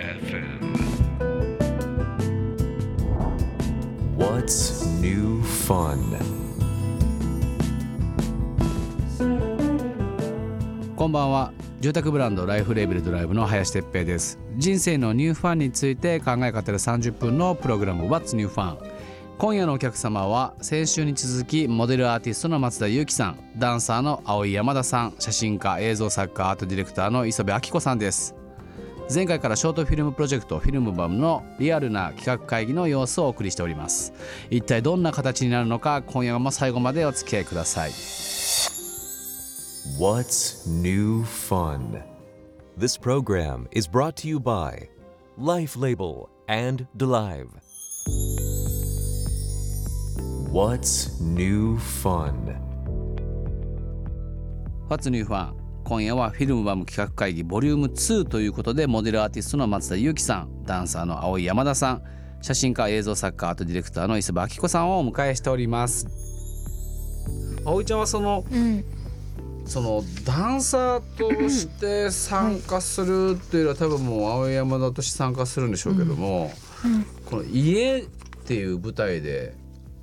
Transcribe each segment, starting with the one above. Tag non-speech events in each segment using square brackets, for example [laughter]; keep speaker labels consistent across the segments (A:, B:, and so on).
A: FM.
B: What's new fun?
C: こんばんは住宅ブランドライフレーベルドライブの林哲平です人生のニューファンについて考え方で30分のプログラム What's New Fun 今夜のお客様は先週に続きモデルアーティストの松田裕樹さんダンサーの青井山田さん写真家映像作家アートディレクターの磯部明子さんです前回からショートフィルムプロジェクトフィルムバムのリアルな企画会議の様子をお送りしております一体どんな形になるのか今夜も最後までお付き合いください
B: What's new fun? This program is brought to you by Life Label and Delive. What's new fun?
C: ファツニューファン今夜はフィルムバム企画会議ボリューム2ということでモデルアーティストの松田裕樹さんダンサーの青井山田さん写真家映像作家アートディレクターの磯部明子さんをお迎えしております青井ちゃんはその
D: うん、
C: そのダンサーとして参加するっていうのは多分もう青井山田として参加するんでしょうけども、この「家」っていう舞台で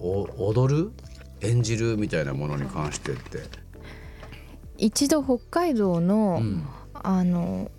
C: お踊る演じるみたいなものに関してって。
D: 一度北海道の、
C: うん
D: あの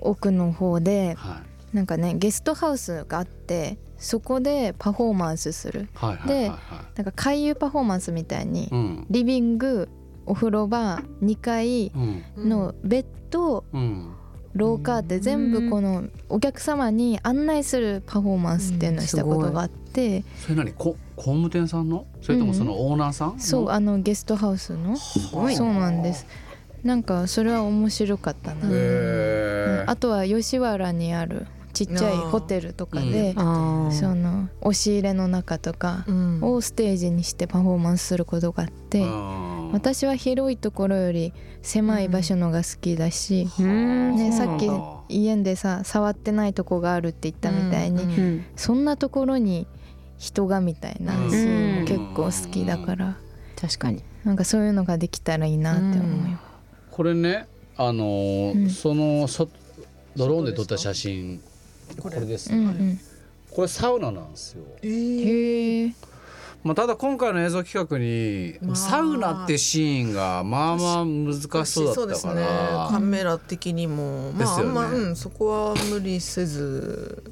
D: 奥の方で
C: はい
D: なんかねゲストハウスがあってそこでパフォーマンスする
C: はいはいはい
D: で
C: はい
D: なんか回遊パフォーマンスみたいに、
C: うん
D: リビングお風呂場2階
C: うん
D: のベッド
C: うん
D: 廊下って全部このお客様に案内するパフォーマンスっていうのをしたことがあって、
C: それ何こ工務店さんのそれともそのオーナーさん、
D: そうあのゲストハウスのそうなんですなんかそれは面白かったな、
C: へ
D: あとは吉原にあるちっちゃいホテルとかで、
E: あ
D: その押し入れの中とか
E: うん
D: をステージにしてパフォーマンスすることがあって、
C: うん
D: 私は広いところより狭い場所のが好きだし、ね、さっき家でさ触ってないとこがあるって言ったみたいに、
E: うん
D: そんなところに人がみたいな、
C: うん
D: そういうの結構好きだから
E: 確かに
D: なんかそういうのができたらいいなって思います。
C: これねあのー
D: うん
C: そのそドローンで撮った写真これです
D: う
C: ね、
D: んうん
C: これサウナなんですよ、
D: へえ
C: まあ、ただ今回の映像企画に、サウナってシーンがまあまあ難しそうだった
F: そ
C: か
F: うですね、
C: ら
F: カメラ的にも、
C: で
F: まあ、
C: すよ
F: あ
C: ね
F: んま、うん、そこは無理せず。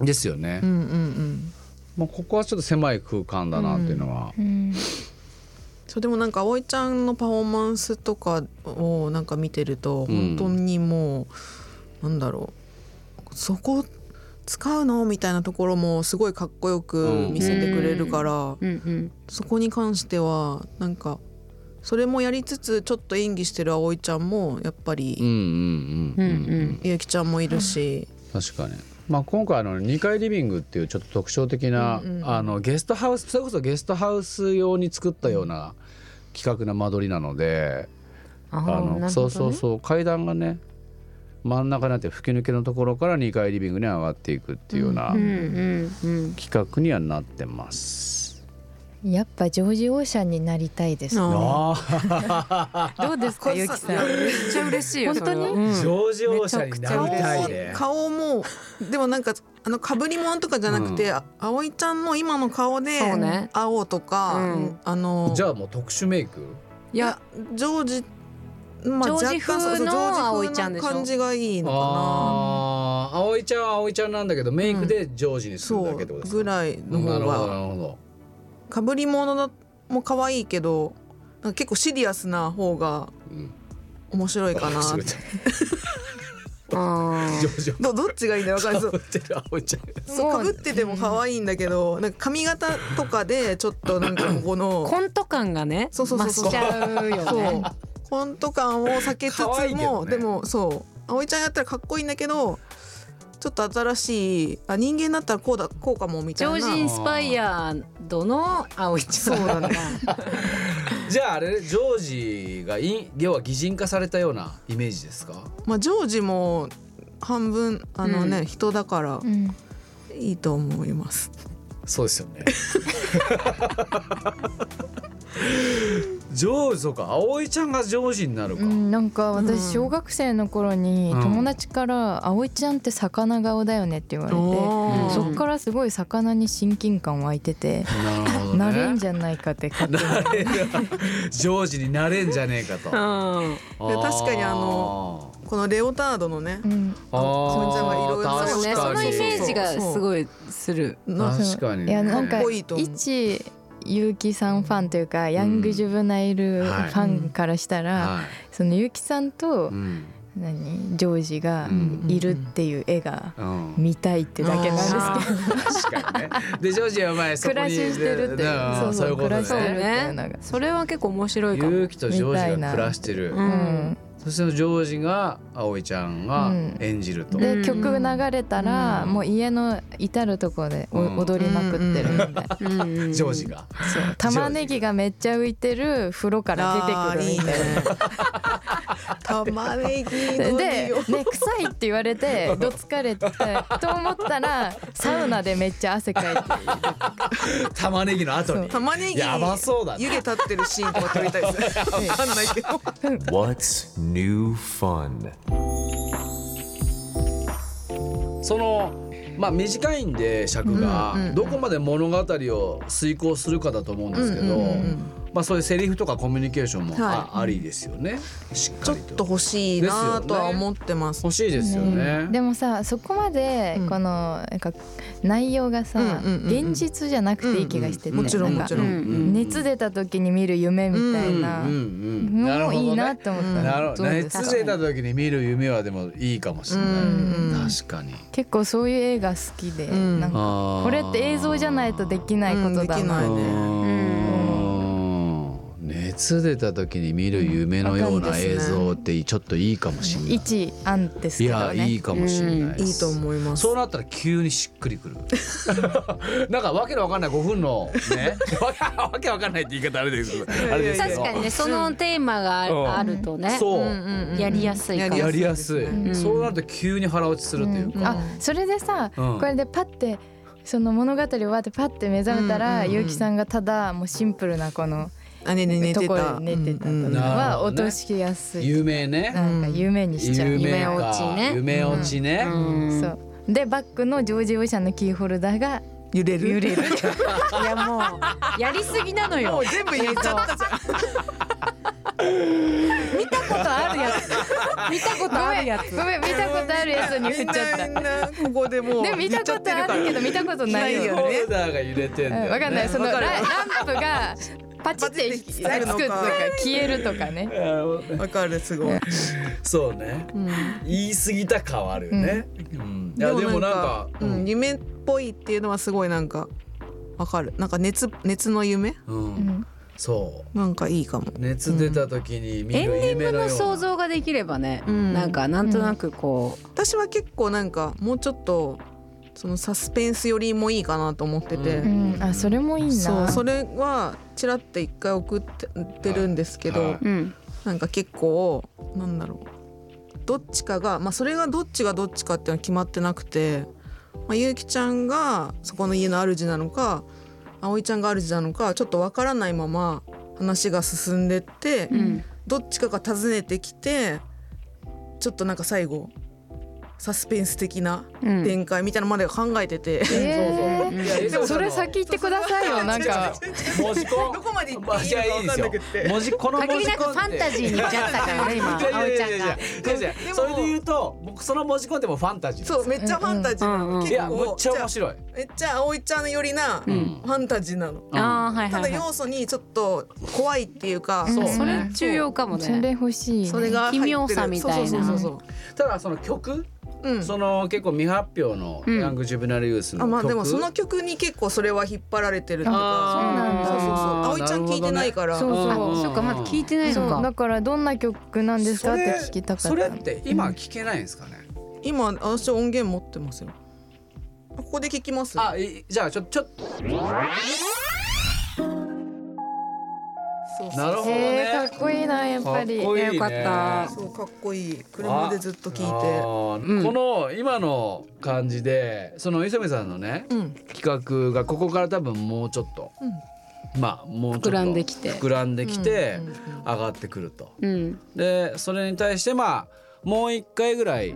C: ですよね、
F: うん、うん、うん。
C: まあ、ここはちょっと狭い空間だなっていうのは、
D: うん
F: そう、でも、なんか、葵ちゃんのパフォーマンスとかを、なんか見てると、
C: ん
F: 本当にもう。なんだろう。そこ。使うのみたいなところもすごいかっこよく見せてくれるから、
E: うん
F: そこに関してはなんかそれもやりつつちょっと演技してる葵ちゃんもやっぱ
C: うん、う
F: り
C: んう
E: う
C: んうんん
E: う、ん
F: ゆうきちゃんもいるし、
C: 確かに。まあ、今回あの2階リビングっていうちょっと特徴的な、あのゲストハウスそれこそゲストハウス用に作ったような企画な間取りなので、
E: あ
C: あの
E: ーなる
C: そ
E: ほ
C: うそ
E: ど
C: う
E: ね
C: そう階段がね真ん中になって吹き抜けのところから2階リビングに上がっていくっていうような
E: うんうんうん
C: 企画にはなってます。
D: やっぱジョージ王者になりたいです。
F: あ
C: ああ、
E: どうですかゆきさんめっちゃ嬉しいよ
D: 本当に
E: それはうん
C: 上司
E: 王者になりたい
F: ー顔もでもなんかあの被り物とかじゃなくて、あ葵ちゃんの今の顔で
E: そうね
F: 青とか、
E: うん
F: あの
C: じゃあもう特殊メイク
E: いや
F: ジョージま
E: ジョージ風の
F: 若干そうそうジョージ風な
E: 葵ちゃんでしょ
F: 感じがいいのかな
C: ああ葵ちゃんは葵ちゃんなんだけどメイクで上司にする
F: そ
C: だ
F: う
C: けってことです
F: ぐ
C: から
F: いの
C: な
F: 方
C: るほどな
F: が
C: るほど。
F: 被り物だも可愛いけどなんか結構シリアスな方が
C: うん
F: 面白いかな、
C: 忘れて
E: あー
C: 上
F: どどっちがいいんだよ分かんないそう
C: 司ってる葵ちゃん。
F: そうかぶってても可愛いんだけど、なんか髪型とかでちょっとなんかここの
E: コント感がね
F: そうそうそうそ
E: 増
F: う
E: しちゃうよ
F: [laughs]
E: ね
F: そうコント感を避けつつ
C: 可愛いけど
F: も、
C: ね
F: でもそう葵ちゃんやったらかっこいいんだけどちょっと新しいあ人間だったらこうだこうかもみ
E: ジ
F: たい
E: ョー
F: な
E: ジインスパイアドの葵ちゃん
F: そうだね
C: じゃああれジョージがい要は擬人化されたようなイメージですか。
F: まあジョージも半分あのね、
E: うん
F: 人だから
D: うん、
F: いいと思います。
C: そうですよね。上司そうか葵ちゃんが上司になるか、
D: うん、なんか
F: うん
D: 私小学生の頃に
C: うん
D: 友達から「葵ちゃんって魚顔だよね」って言われて
F: おー
D: そっからすごい魚に親近感湧いてて
C: なるほどね
D: なれんじゃないかっ
C: [laughs]
D: て勝手に
C: なれる上司になれんじゃねえかと
E: うん
F: で確かにあのこのレオタードのね
D: うん
C: あー
F: それじゃまあいろいろ
C: あー
E: そうねそ
C: 確
E: の
C: かに
E: イメージがすごいする
F: な
C: 確かにね
D: いやなん
F: か
D: か
F: っこいいと思う
D: 一結城さんファンというかヤングジュブナイルファンからしたら
C: はい
D: その結城さんと
C: うん
D: 何ジョージがいるっていう絵が
C: うん
D: 見たいってだけなんですけど
C: 確かにねでジョージはお前そこに
D: 暮らししてるってい
C: ね
D: う
C: うんそういうこと
D: 暮らし
E: そ
D: て
E: う
D: るっ
C: ね
D: ていうの
E: ね
D: が
E: それは結構面白いかも
C: 勇気とジョージが暮らしてる、
E: うん
D: うん
C: そしてジョージが葵ちゃんが演じると、
E: う
D: で
E: ん
D: 曲流れたら
C: うん
D: もう家の至る所でお
C: うん
D: 踊りまくってるみたいな
E: うん
C: ジョージが
D: そう玉ねぎがめっちゃ浮いてる風呂から出てくるみたいな。
F: [laughs] たまねぎ
D: で
F: の
D: ね
F: 匂
D: [laughs]
F: い
D: 臭いって言われてどつかれてと思ったらサウナでめっちゃ汗かいて
C: [laughs] 玉ねぎの後に
F: 玉ねぎ
C: やばそうだね
F: 湯気立ってるシーンとか撮りたいですねわかんないけど
B: What's new fun?
C: そのまあ短いんで尺が、
F: うんうん
C: どこまで物語を遂行するかだと思うんですけど、
F: うんうんうん
C: まあそういうセリフとかコミュニケーションもあ,、
F: は
C: ありですよねしっ
F: ち
C: か
F: ょっ
C: りと
F: と欲しいなとは思ってます
C: 欲しいですよね、
D: でもさそこまで
F: うん
D: このなんか内容がさ
F: うんうんうん
D: 現実じゃなくていい気がしてて
F: もちろん
D: な
F: も
D: ん
F: ち
D: か
F: ろ
E: う
F: ん、
E: ん
D: 熱出た時に見る夢みたいな
C: うんうんうんなるほ
D: もう
C: ど
D: いい
C: ね
D: なって思ったの
C: なるほど
D: どうですか
C: 熱出た時に見る夢はでもいいかもしれない、
F: うんうん
C: 確かに
D: 結構そういう映画好きで
F: ん
D: なんかこ
C: こ
D: れって映像じゃないとできないことだな
F: うんできないね
C: うん熱出た時に見る夢のような映像ってちょっといいかもしれない。
D: 一あんです
C: い
D: けど
C: や
D: ね
C: いいかもしれないで
F: いい
C: す
F: と。思います
C: そうなったら急にしっくりくる。なんかわけのわかんない5分のね。 [laughs] わけわけわかんないって言い方あれですけど。あれですけ
E: 確
C: ど。
E: かにねそのテーマ
C: うん
E: があるとね
C: そう、
E: やりやすいかも
C: やりやすい、
E: ん
C: そうなると急に腹落ちするっていう
D: あ
C: か。
D: それでさ、
C: うん
D: これでパッてその物語終わってパッて目覚めたら、
F: うんうんうん
D: ゆうきさんがただもうシンプルなこの
F: あねね寝
D: と
F: て
D: こ
F: た
D: ろで寝てたと
F: うんう
D: か
F: ん
C: なる
D: は
C: ほど
D: 落
C: ね
D: としやすい、
C: 有名ね。
D: なんか夢にしちゃう、
C: 有名
E: 夢落ち
C: か
E: ね
C: 夢落ちね。
E: うん
D: そうでバッグのジョージ・オーシャンのキーホルダーが
F: 揺れる
D: 揺
F: [laughs]
D: れる
E: いやもうやりすぎなのよ。
F: 全部言っちゃったじゃん
E: 見たことあるや
D: [laughs]
E: つ。見たことあるやつ。
D: ごめん見たことあるやつに振っちゃった
F: みんなここでもう
D: でも見た
F: 言っちゃ
D: こ
F: って
D: とあ
F: から
D: るけど見たことないよ
F: ない
D: ね
F: よ
C: ホルダーが揺れてんだよ、ね。
D: わかんないそのラランプがパチって
F: パチって
D: つく
F: 光るの
D: と
F: か
D: か消えるとかね
C: なるほどね
F: わかるすごい、
C: そうね、言い過ぎた感はあるよね、うんいやでもなんか
F: う、
C: うんん
F: 夢っぽいっていうのはすごいなんかわかるなんか熱熱の夢
C: うん
D: ん
C: そ
F: なんかいいかも
C: う熱出た時に見
E: エン
C: る
E: ディン
C: 夢
E: グ
C: のような、
E: の想像ができればね、
F: ん
E: なんかなんとなくこ、
F: 私は結構なんかもうちょっとそのサスペンスよりもいいかなと思ってて、
D: うん、あそれもいいな
F: そうそれはちらっと一回送ってってるんですけど、
C: はいう
E: うん、
F: なんか結構なんだろうどっちかが、まあ、それがどっちがどっちかっていうのは決まってなくて、まあ、ゆうきちゃんがそこの家の主なのか葵ちゃんが主なのかちょっとわからないまま話が進んでって、
E: ん
F: どっちかが訪ねてきてちょっとなんか最後サスペンス的な
E: うん
F: 展開みたいなのまで考えてて、
D: え
C: いや
D: ー、
C: でも
D: それ先言ってくださいよなんか
C: 文字コン
F: どこまで行っていいの
C: まあいやいい
F: か分かんなく
C: ですよ
F: て
C: 文字この文
E: 限り
C: 字
E: なく
C: コ
E: フ
C: ンって
E: ァンタジーに行っちゃったからね今
C: いや
E: 葵
C: い
E: ち
C: や
E: ゃ
C: い
E: ん
C: やい
E: が。
C: やいやいや
F: でも
C: それで言うと僕その文字コンってもうファンタジー
F: そうめっちゃファンタジーなの、
E: うんうん
C: い
F: 結
C: やむっ
F: 構
C: ちゃ面白い、
F: めっちゃ葵ちゃん寄りなフ
C: ん
F: ァンタジーなの。
E: ああはい
F: た
E: は
F: だ
E: い、は
F: 要素にちょっと怖いっていうか、
E: い。
C: そう
E: それ重要かも
D: それ
E: ね。
D: 欲しい、ね、
F: それが入ってる
E: 奇妙さみたいな
F: そうそうそう
C: ただその曲、
F: そう。うん。
C: その結構未発表の
E: うん
C: ヤングジュブナルユースの
F: あ
C: 曲、
F: まあでもその曲に結構それは引っ張られてるっていう
C: あ
F: か。
D: そうなん
F: そう
D: だ
F: そうそう。葵ちゃん聞いてないから。
D: そう
C: あ
D: そう
E: そうかまだ聞いてない
D: そ
E: の
D: うだ
E: か。
D: からどんな曲なんですかって聞きたかった
C: それそれって今聞けないんですかね、
F: 今私音源持ってますよ。ここで聞きます。
C: あいじゃあちょちょっと
F: そうそう
C: なるほど
D: え
C: ね
D: ー、かっこいいなやっぱり
C: かっこいいね
E: よかった
F: そうかっこいい。車でずっと聞
C: あ
F: い
C: ー
E: うん
C: この今の感じでその磯部さんのね
F: て。うん。
C: 企画がここから多分もうちょっと
F: うん
C: まあもうちょっと
A: 膨らんできて
C: 膨らんできて
F: うんうんうん
C: 上がってくると。
A: うん
C: でそれに対してまあもう一回ぐらい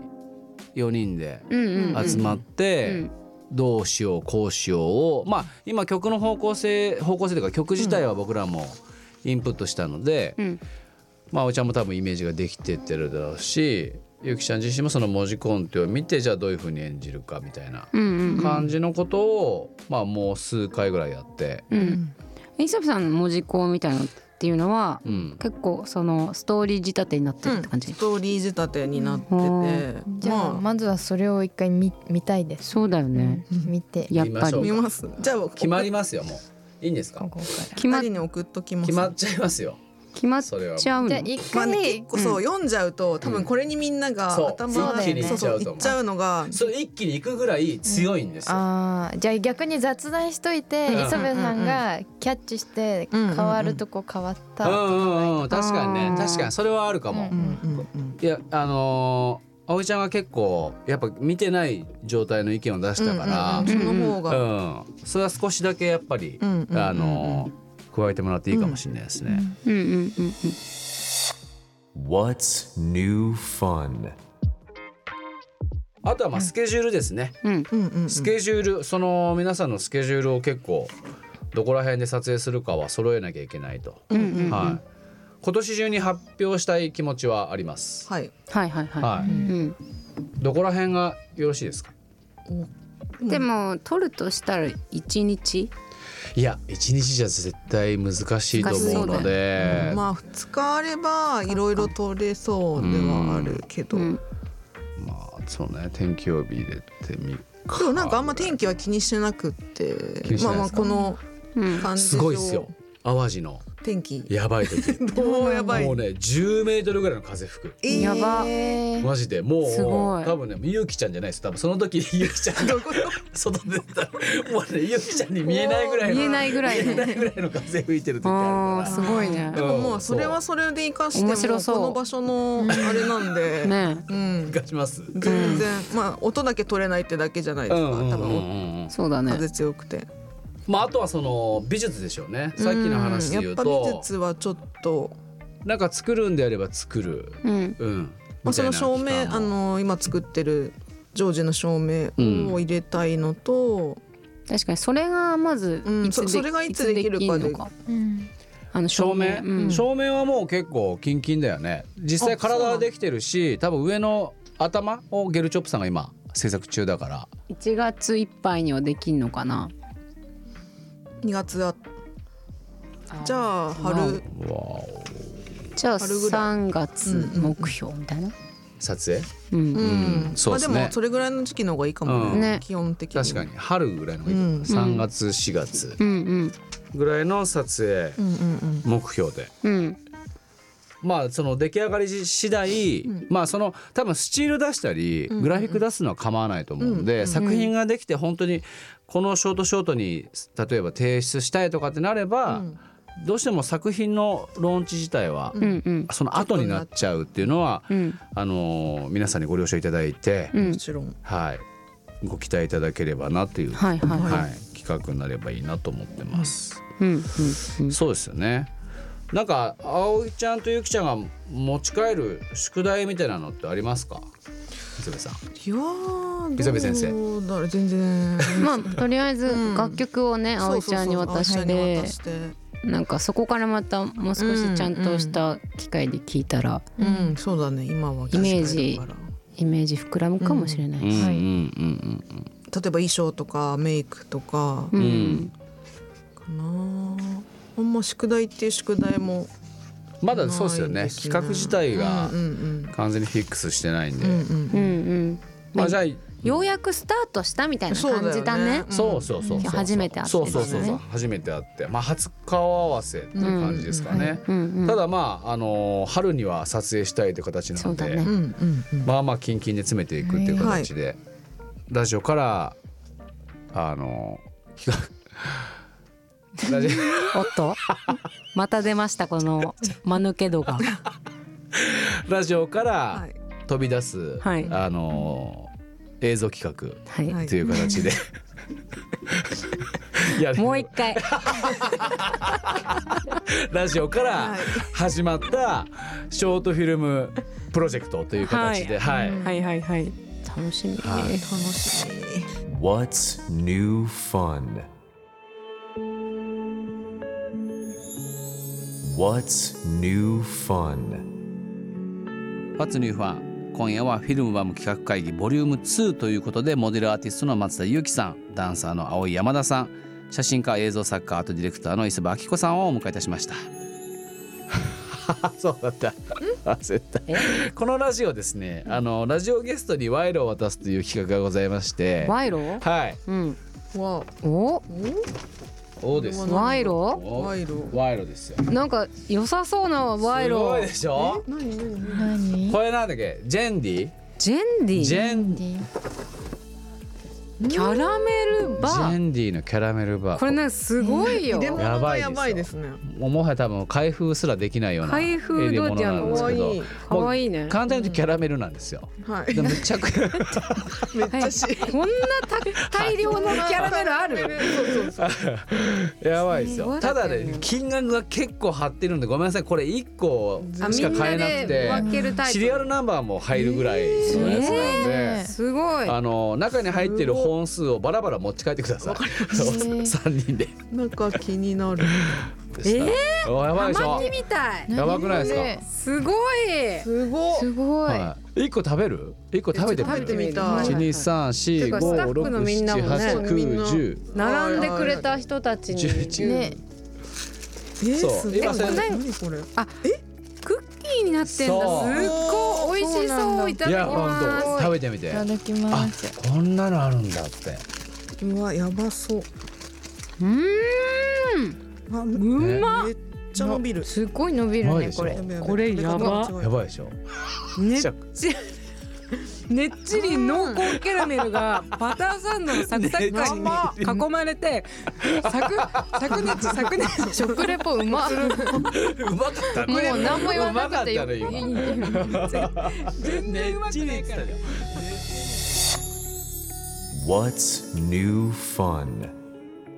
C: 4人で
A: うんうんうん
C: 集まっ
A: う
C: て
A: ん
C: どうしようこうしようをまあ今曲の方向性方向性というか曲自体は僕らもインプットしたので、
A: うん
C: まあおちゃんも多分イメージができてってるだろうしゆきちゃん自身もその文字コンテを見てじゃあどういうふうに演じるかみたいな
A: うんうん
C: 感じのことを、まあもう数回ぐらいやって、
A: うんイサブさんの文字工みたいなのっていうのは
C: うん、
A: 結構そのストーリー仕立てになってるって感じ、
F: ストーリー仕立てになってて、
A: うん
D: じゃあ
F: ま
D: まずはそれを一回見見たいです
A: そうだよね、
D: 見て
A: やっぱ
C: 見
F: あ
C: まし
A: り
F: 見ますじゃあ
C: 決まりますよもういいんです
D: こ
C: か
D: こから
A: 決ま
F: 二人に送っときます
C: 決まっちゃいますよ
A: 決まっ
C: それは
A: ちゃう
D: じ
A: の
D: ゃあ一
F: まあ
D: 回、
F: ね、結構そう、読んじゃうと多分これにみんなが
C: そう
F: 頭
D: そう
F: が
D: だよね
F: そうそう
C: い
F: い
C: っ
F: っ
C: ち
F: ち
C: ゃ
F: ゃうのが
C: それ一気に行くぐらい強いんですよ、
D: あーじゃあ逆に雑談しといて
C: うん
D: 磯部さんがキャッチして
F: うんうんうん
D: 変わるとこ変わった
C: う
D: と
C: ん
D: か
C: うんうん確かに
A: あ
C: ね
A: ー
C: 確かにそれはあるかも、
D: うん
F: うんうん
C: いやあのー、葵ちゃんが結構やっぱ見てない状態の意見を出したから、う
F: うんんうんうんその方が、
C: それは少しだけやっぱり、
F: うんうんうんうん
C: あのー、加えてもらっていいかもしれないですね、
A: うんうんうんうん
B: What's new fun?
C: あとはまあスケジュールですね、
A: うん
F: うんうんうん
C: スケジュールその皆さんのスケジュールを結構どこら辺で撮影するかは揃えなきゃいけないと、
A: うんうん
C: はい今年中に発表したい気持ちはあります、
F: はい
A: はいはいはい、
C: はい
A: うん、
C: どこら辺がよろしいですか
A: でも撮るとしたら一日
C: いや一日じゃ絶対難しいと思うので
F: まあ2日あればいろいろ取れそうではあるけど、
A: うん
C: まあそうね天気予報入れて3日
F: でもなんかあんま天気は気にしてなくって
C: 気にして
F: ま
C: な
F: あ
C: いで
F: まあ
C: すか
F: この
A: うん
F: 感じ
C: すごいっすよ淡路の
F: 天気
C: やばい時
F: どうやばい
C: もうね10メートルぐらいの風吹く
F: えー
A: やば
D: えー
C: マジでもう
A: すごい
C: 多分ねゆうきちゃんじゃないです多分その時ゆうきちゃんが外出たらもうねゆうきちゃんに見えないぐらいの
A: 見えないぐらい
C: 見
A: ね
C: えないぐらいの風吹いてる時
A: あ
C: あ
A: ー
C: る
A: す
C: か
A: ごいね
F: でももうそれはそれで生かして
A: 面白そう
F: もうこの場所のあれなんで、
A: ね
F: うん
C: ら、活かしますうん
F: 全然、まあ音だけ取れないってだけじゃないですか、多
C: うんうん
F: 分
C: うんうん
A: そうだね
F: 風強くて、
C: まああとはその美術でしょうねさっきの話で言うと
F: んやっぱ美術はちょっと、
C: なんか作るんであれば作る、
A: うん
C: うん。
F: まあ、その照
C: みたいな期
F: 明
C: 間
F: あの今作ってるジョージの照明を入れたいのと、
A: 確かにそれがまず
F: うん
A: いつ
F: そそれがいつできるかで
A: いつできんのか
D: うん
A: あの
C: 照
A: 照明
C: 明、
A: うん
C: 照明はもう結構キンキンだよね。実際
F: あそう
C: 体
F: なの
C: はできてるし、多分上の頭をゲルチョップさんが今制作中だから。
A: 1月いっぱいにはできんのかな
F: 2月だじゃあ春
C: わお
A: じゃあ
F: 春ぐら
A: 3月目標みたいな
C: 撮影？
A: うん
F: うん
C: そうっすね
F: まあ、でもそれぐらいの時期の方がいいかもね,、
C: うん
A: ね
F: 基本的に
C: 確かに春ぐらいのがいい、
F: うん
C: 3月4月
A: うん
C: ぐらいの撮
F: う
C: 影
F: んうん
C: 目標で。
A: うんうん
C: まあその出来上がり次第、まあその多分スチール出したりグラフィック出すのは構わないと思うんで、作品ができて本当にこのショートショートに例えば提出したいとかってなれば、どうしても作品のローンチ自体は、
A: うんうん
C: その後になっちゃうっていうのは、
A: うん
C: あのー皆さんにご了承いただいて、
A: う
F: うん
A: ん
F: もちろん
C: はいご期待いただければなという、
A: はいはい
C: はい
A: はい
C: 企画になればいいなと思ってます。
A: うんうんうん
C: そうですよね。なんか葵ちゃんとゆきちゃんが持ち帰る宿題みたいなのってありますか？磯部さん。
F: いやー
C: 磯部先生
F: どうだろう全
A: [laughs]
F: 然
A: まあとりあえず
F: うん
A: 楽曲をね葵ちゃんに渡
F: そう
A: し
F: そうそう葵ちゃんに
A: て
F: 渡して
A: なんかそこからまたもう少しちゃんとした機会で聞いたら
F: うん、そうだね今は
A: イメージ
F: 確かにだから
A: イメージ膨らむかもしれない
C: うんうん
D: はい
C: うん
F: 例えば衣装とかメイクとか
A: う
F: か
A: ん、
F: な、あんま宿題っていう宿題も
C: うん。まだそうですよね。
F: ないですね
C: 企画自体が
F: うんうん
C: 完全にフィックスしてないんで。
F: うんうん
A: う
F: うんん
A: うん
C: まあじゃあ、
A: ようやくスタートしたみたいな
F: そう
A: 感
F: だよね
A: じだね。
C: そうそうそうそう。
A: 初めて会って
C: そうそうそう
A: です
C: そう
A: ね
C: 初めて会って、まあ初顔合わせっていう感じですかね。
A: うんうん、
C: ただまああのー春には撮影したいという形な
A: そ
C: の
A: うだ
C: で、
A: ね
F: うんうん
C: まあまあキンキンで詰めていくっていう形で、ラジオからあの [laughs] 企画ラジ [laughs]
A: おっ [laughs] とまた出ましたこ [laughs] の間抜け度が。
C: ラジオか
F: は
C: ら
F: い
C: 飛び出す、
A: はい
C: あの映像企画
A: はい、
F: はい
C: という形で、いや
A: もう一回
C: ラジオから
F: はい
C: 始まったショートフィルムプロジェクトという形で、はい
E: はいはいはい。
A: 楽しみ、
C: はい
F: 楽しみ
B: What's new fun? What's new fun?
C: What's New Fun 今夜はフィルムバム企画会議ボリューム2ということでモデルアーティストの松田裕樹さんダンサーの青井山田さん写真家映像作家アートディレクターの磯部明子さんをお迎えいたしましたそうだった忘れたこのラジオですねあのラジオゲストに賄賂を渡すという企画がございまして
A: 賄賂
C: はい
A: うん
F: わ
A: お
C: そうです
F: う
A: 賄賂
F: お賄賂
C: 賄賂ですよ
A: なんか良さそうな
C: す
A: 賄
C: ごい
A: 賂
C: でしょ
F: 何何何
D: 何
C: これなんだっけジェンディ
A: ジェンディ
C: ジ
A: キ
C: ェンディ
A: ャラメル
C: ジ
A: バ
C: ェ
A: ー
C: ンディのキャラメルバー
A: これなんかすごいよ
F: 入れ物
C: やばいですよ
F: がやばいですね
C: もうもはや多分開封すらできないような
A: 開封どうやってやるの
C: 入れ物なんですけど
F: 可愛い
A: かわいいね
C: 簡単に言うとキャラメルなんですよ。
F: は
C: で
F: い
C: めちゃくちゃ
F: めっちゃし
A: こんなた大量の [laughs] キャラメルある
F: そうそうそう
C: やばいです
A: すご
C: よ。
A: い
C: ただね金額が結構張ってるんでごめんなさいこれ一個
A: あ
C: し
A: み
C: か
A: ん
C: 買え
A: なで
C: なく
A: 分けるタ
C: て
A: イ
C: シリア
A: プ
C: ルナンバーも入るぐらいのやつなんで。
A: すごい
C: あの中に入っている本数をバラバラ持ち帰ってください。三人で。
F: なんか気になる
A: えー
C: おやばいでし
A: ハマ
C: ょ
A: キ。みたい
C: やばくないですか
D: 何こ
A: すごい
F: すご
D: れ
F: っ
D: すごい、
C: はい。一個食べる？一個食べてみ
F: 食べて
C: る。
F: みたい
C: 一二三四五
A: てかスタッ
C: 六
A: フのみん
C: 七
A: なもね
C: 八
F: みん
C: 九
F: な
C: 十。
A: 並んでくれた人たち
C: はいはい
A: に
C: 11
D: ね
F: えー、
C: そう
F: すごい
C: 今
F: 何
C: それ
F: これ
A: クッキーになってんだ
C: そう
A: すっごい美味しそういた
C: い
A: だ
C: や
A: き
C: 本
A: ま
C: 当食べてみて
D: い。ただき
C: あ
D: ます
C: こんなのあるんだって。
F: うわやばそう
A: すうーん
F: あ
A: うまっ
F: めっちゃ伸びる
A: すごい伸びる
C: うまい
A: ね
C: でしょ
A: これ
F: やべやべ
A: これやば
C: やばいでしょ。
A: ね
C: ちゃ
A: ねっちり濃厚キャラメルがバターサンドのサクサク [laughs] 感に囲まれてサクサクネッチサクネッチ
D: 食レポ
C: う
D: うま
C: まかったね。
A: もう何も言わなくていい
C: よ。うまかったね今
A: 然うまくないから
C: [laughs] ねっちり言ってたよ
B: What's new fun?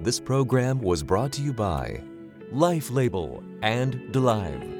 B: This program was brought to you by Life Label and Delive.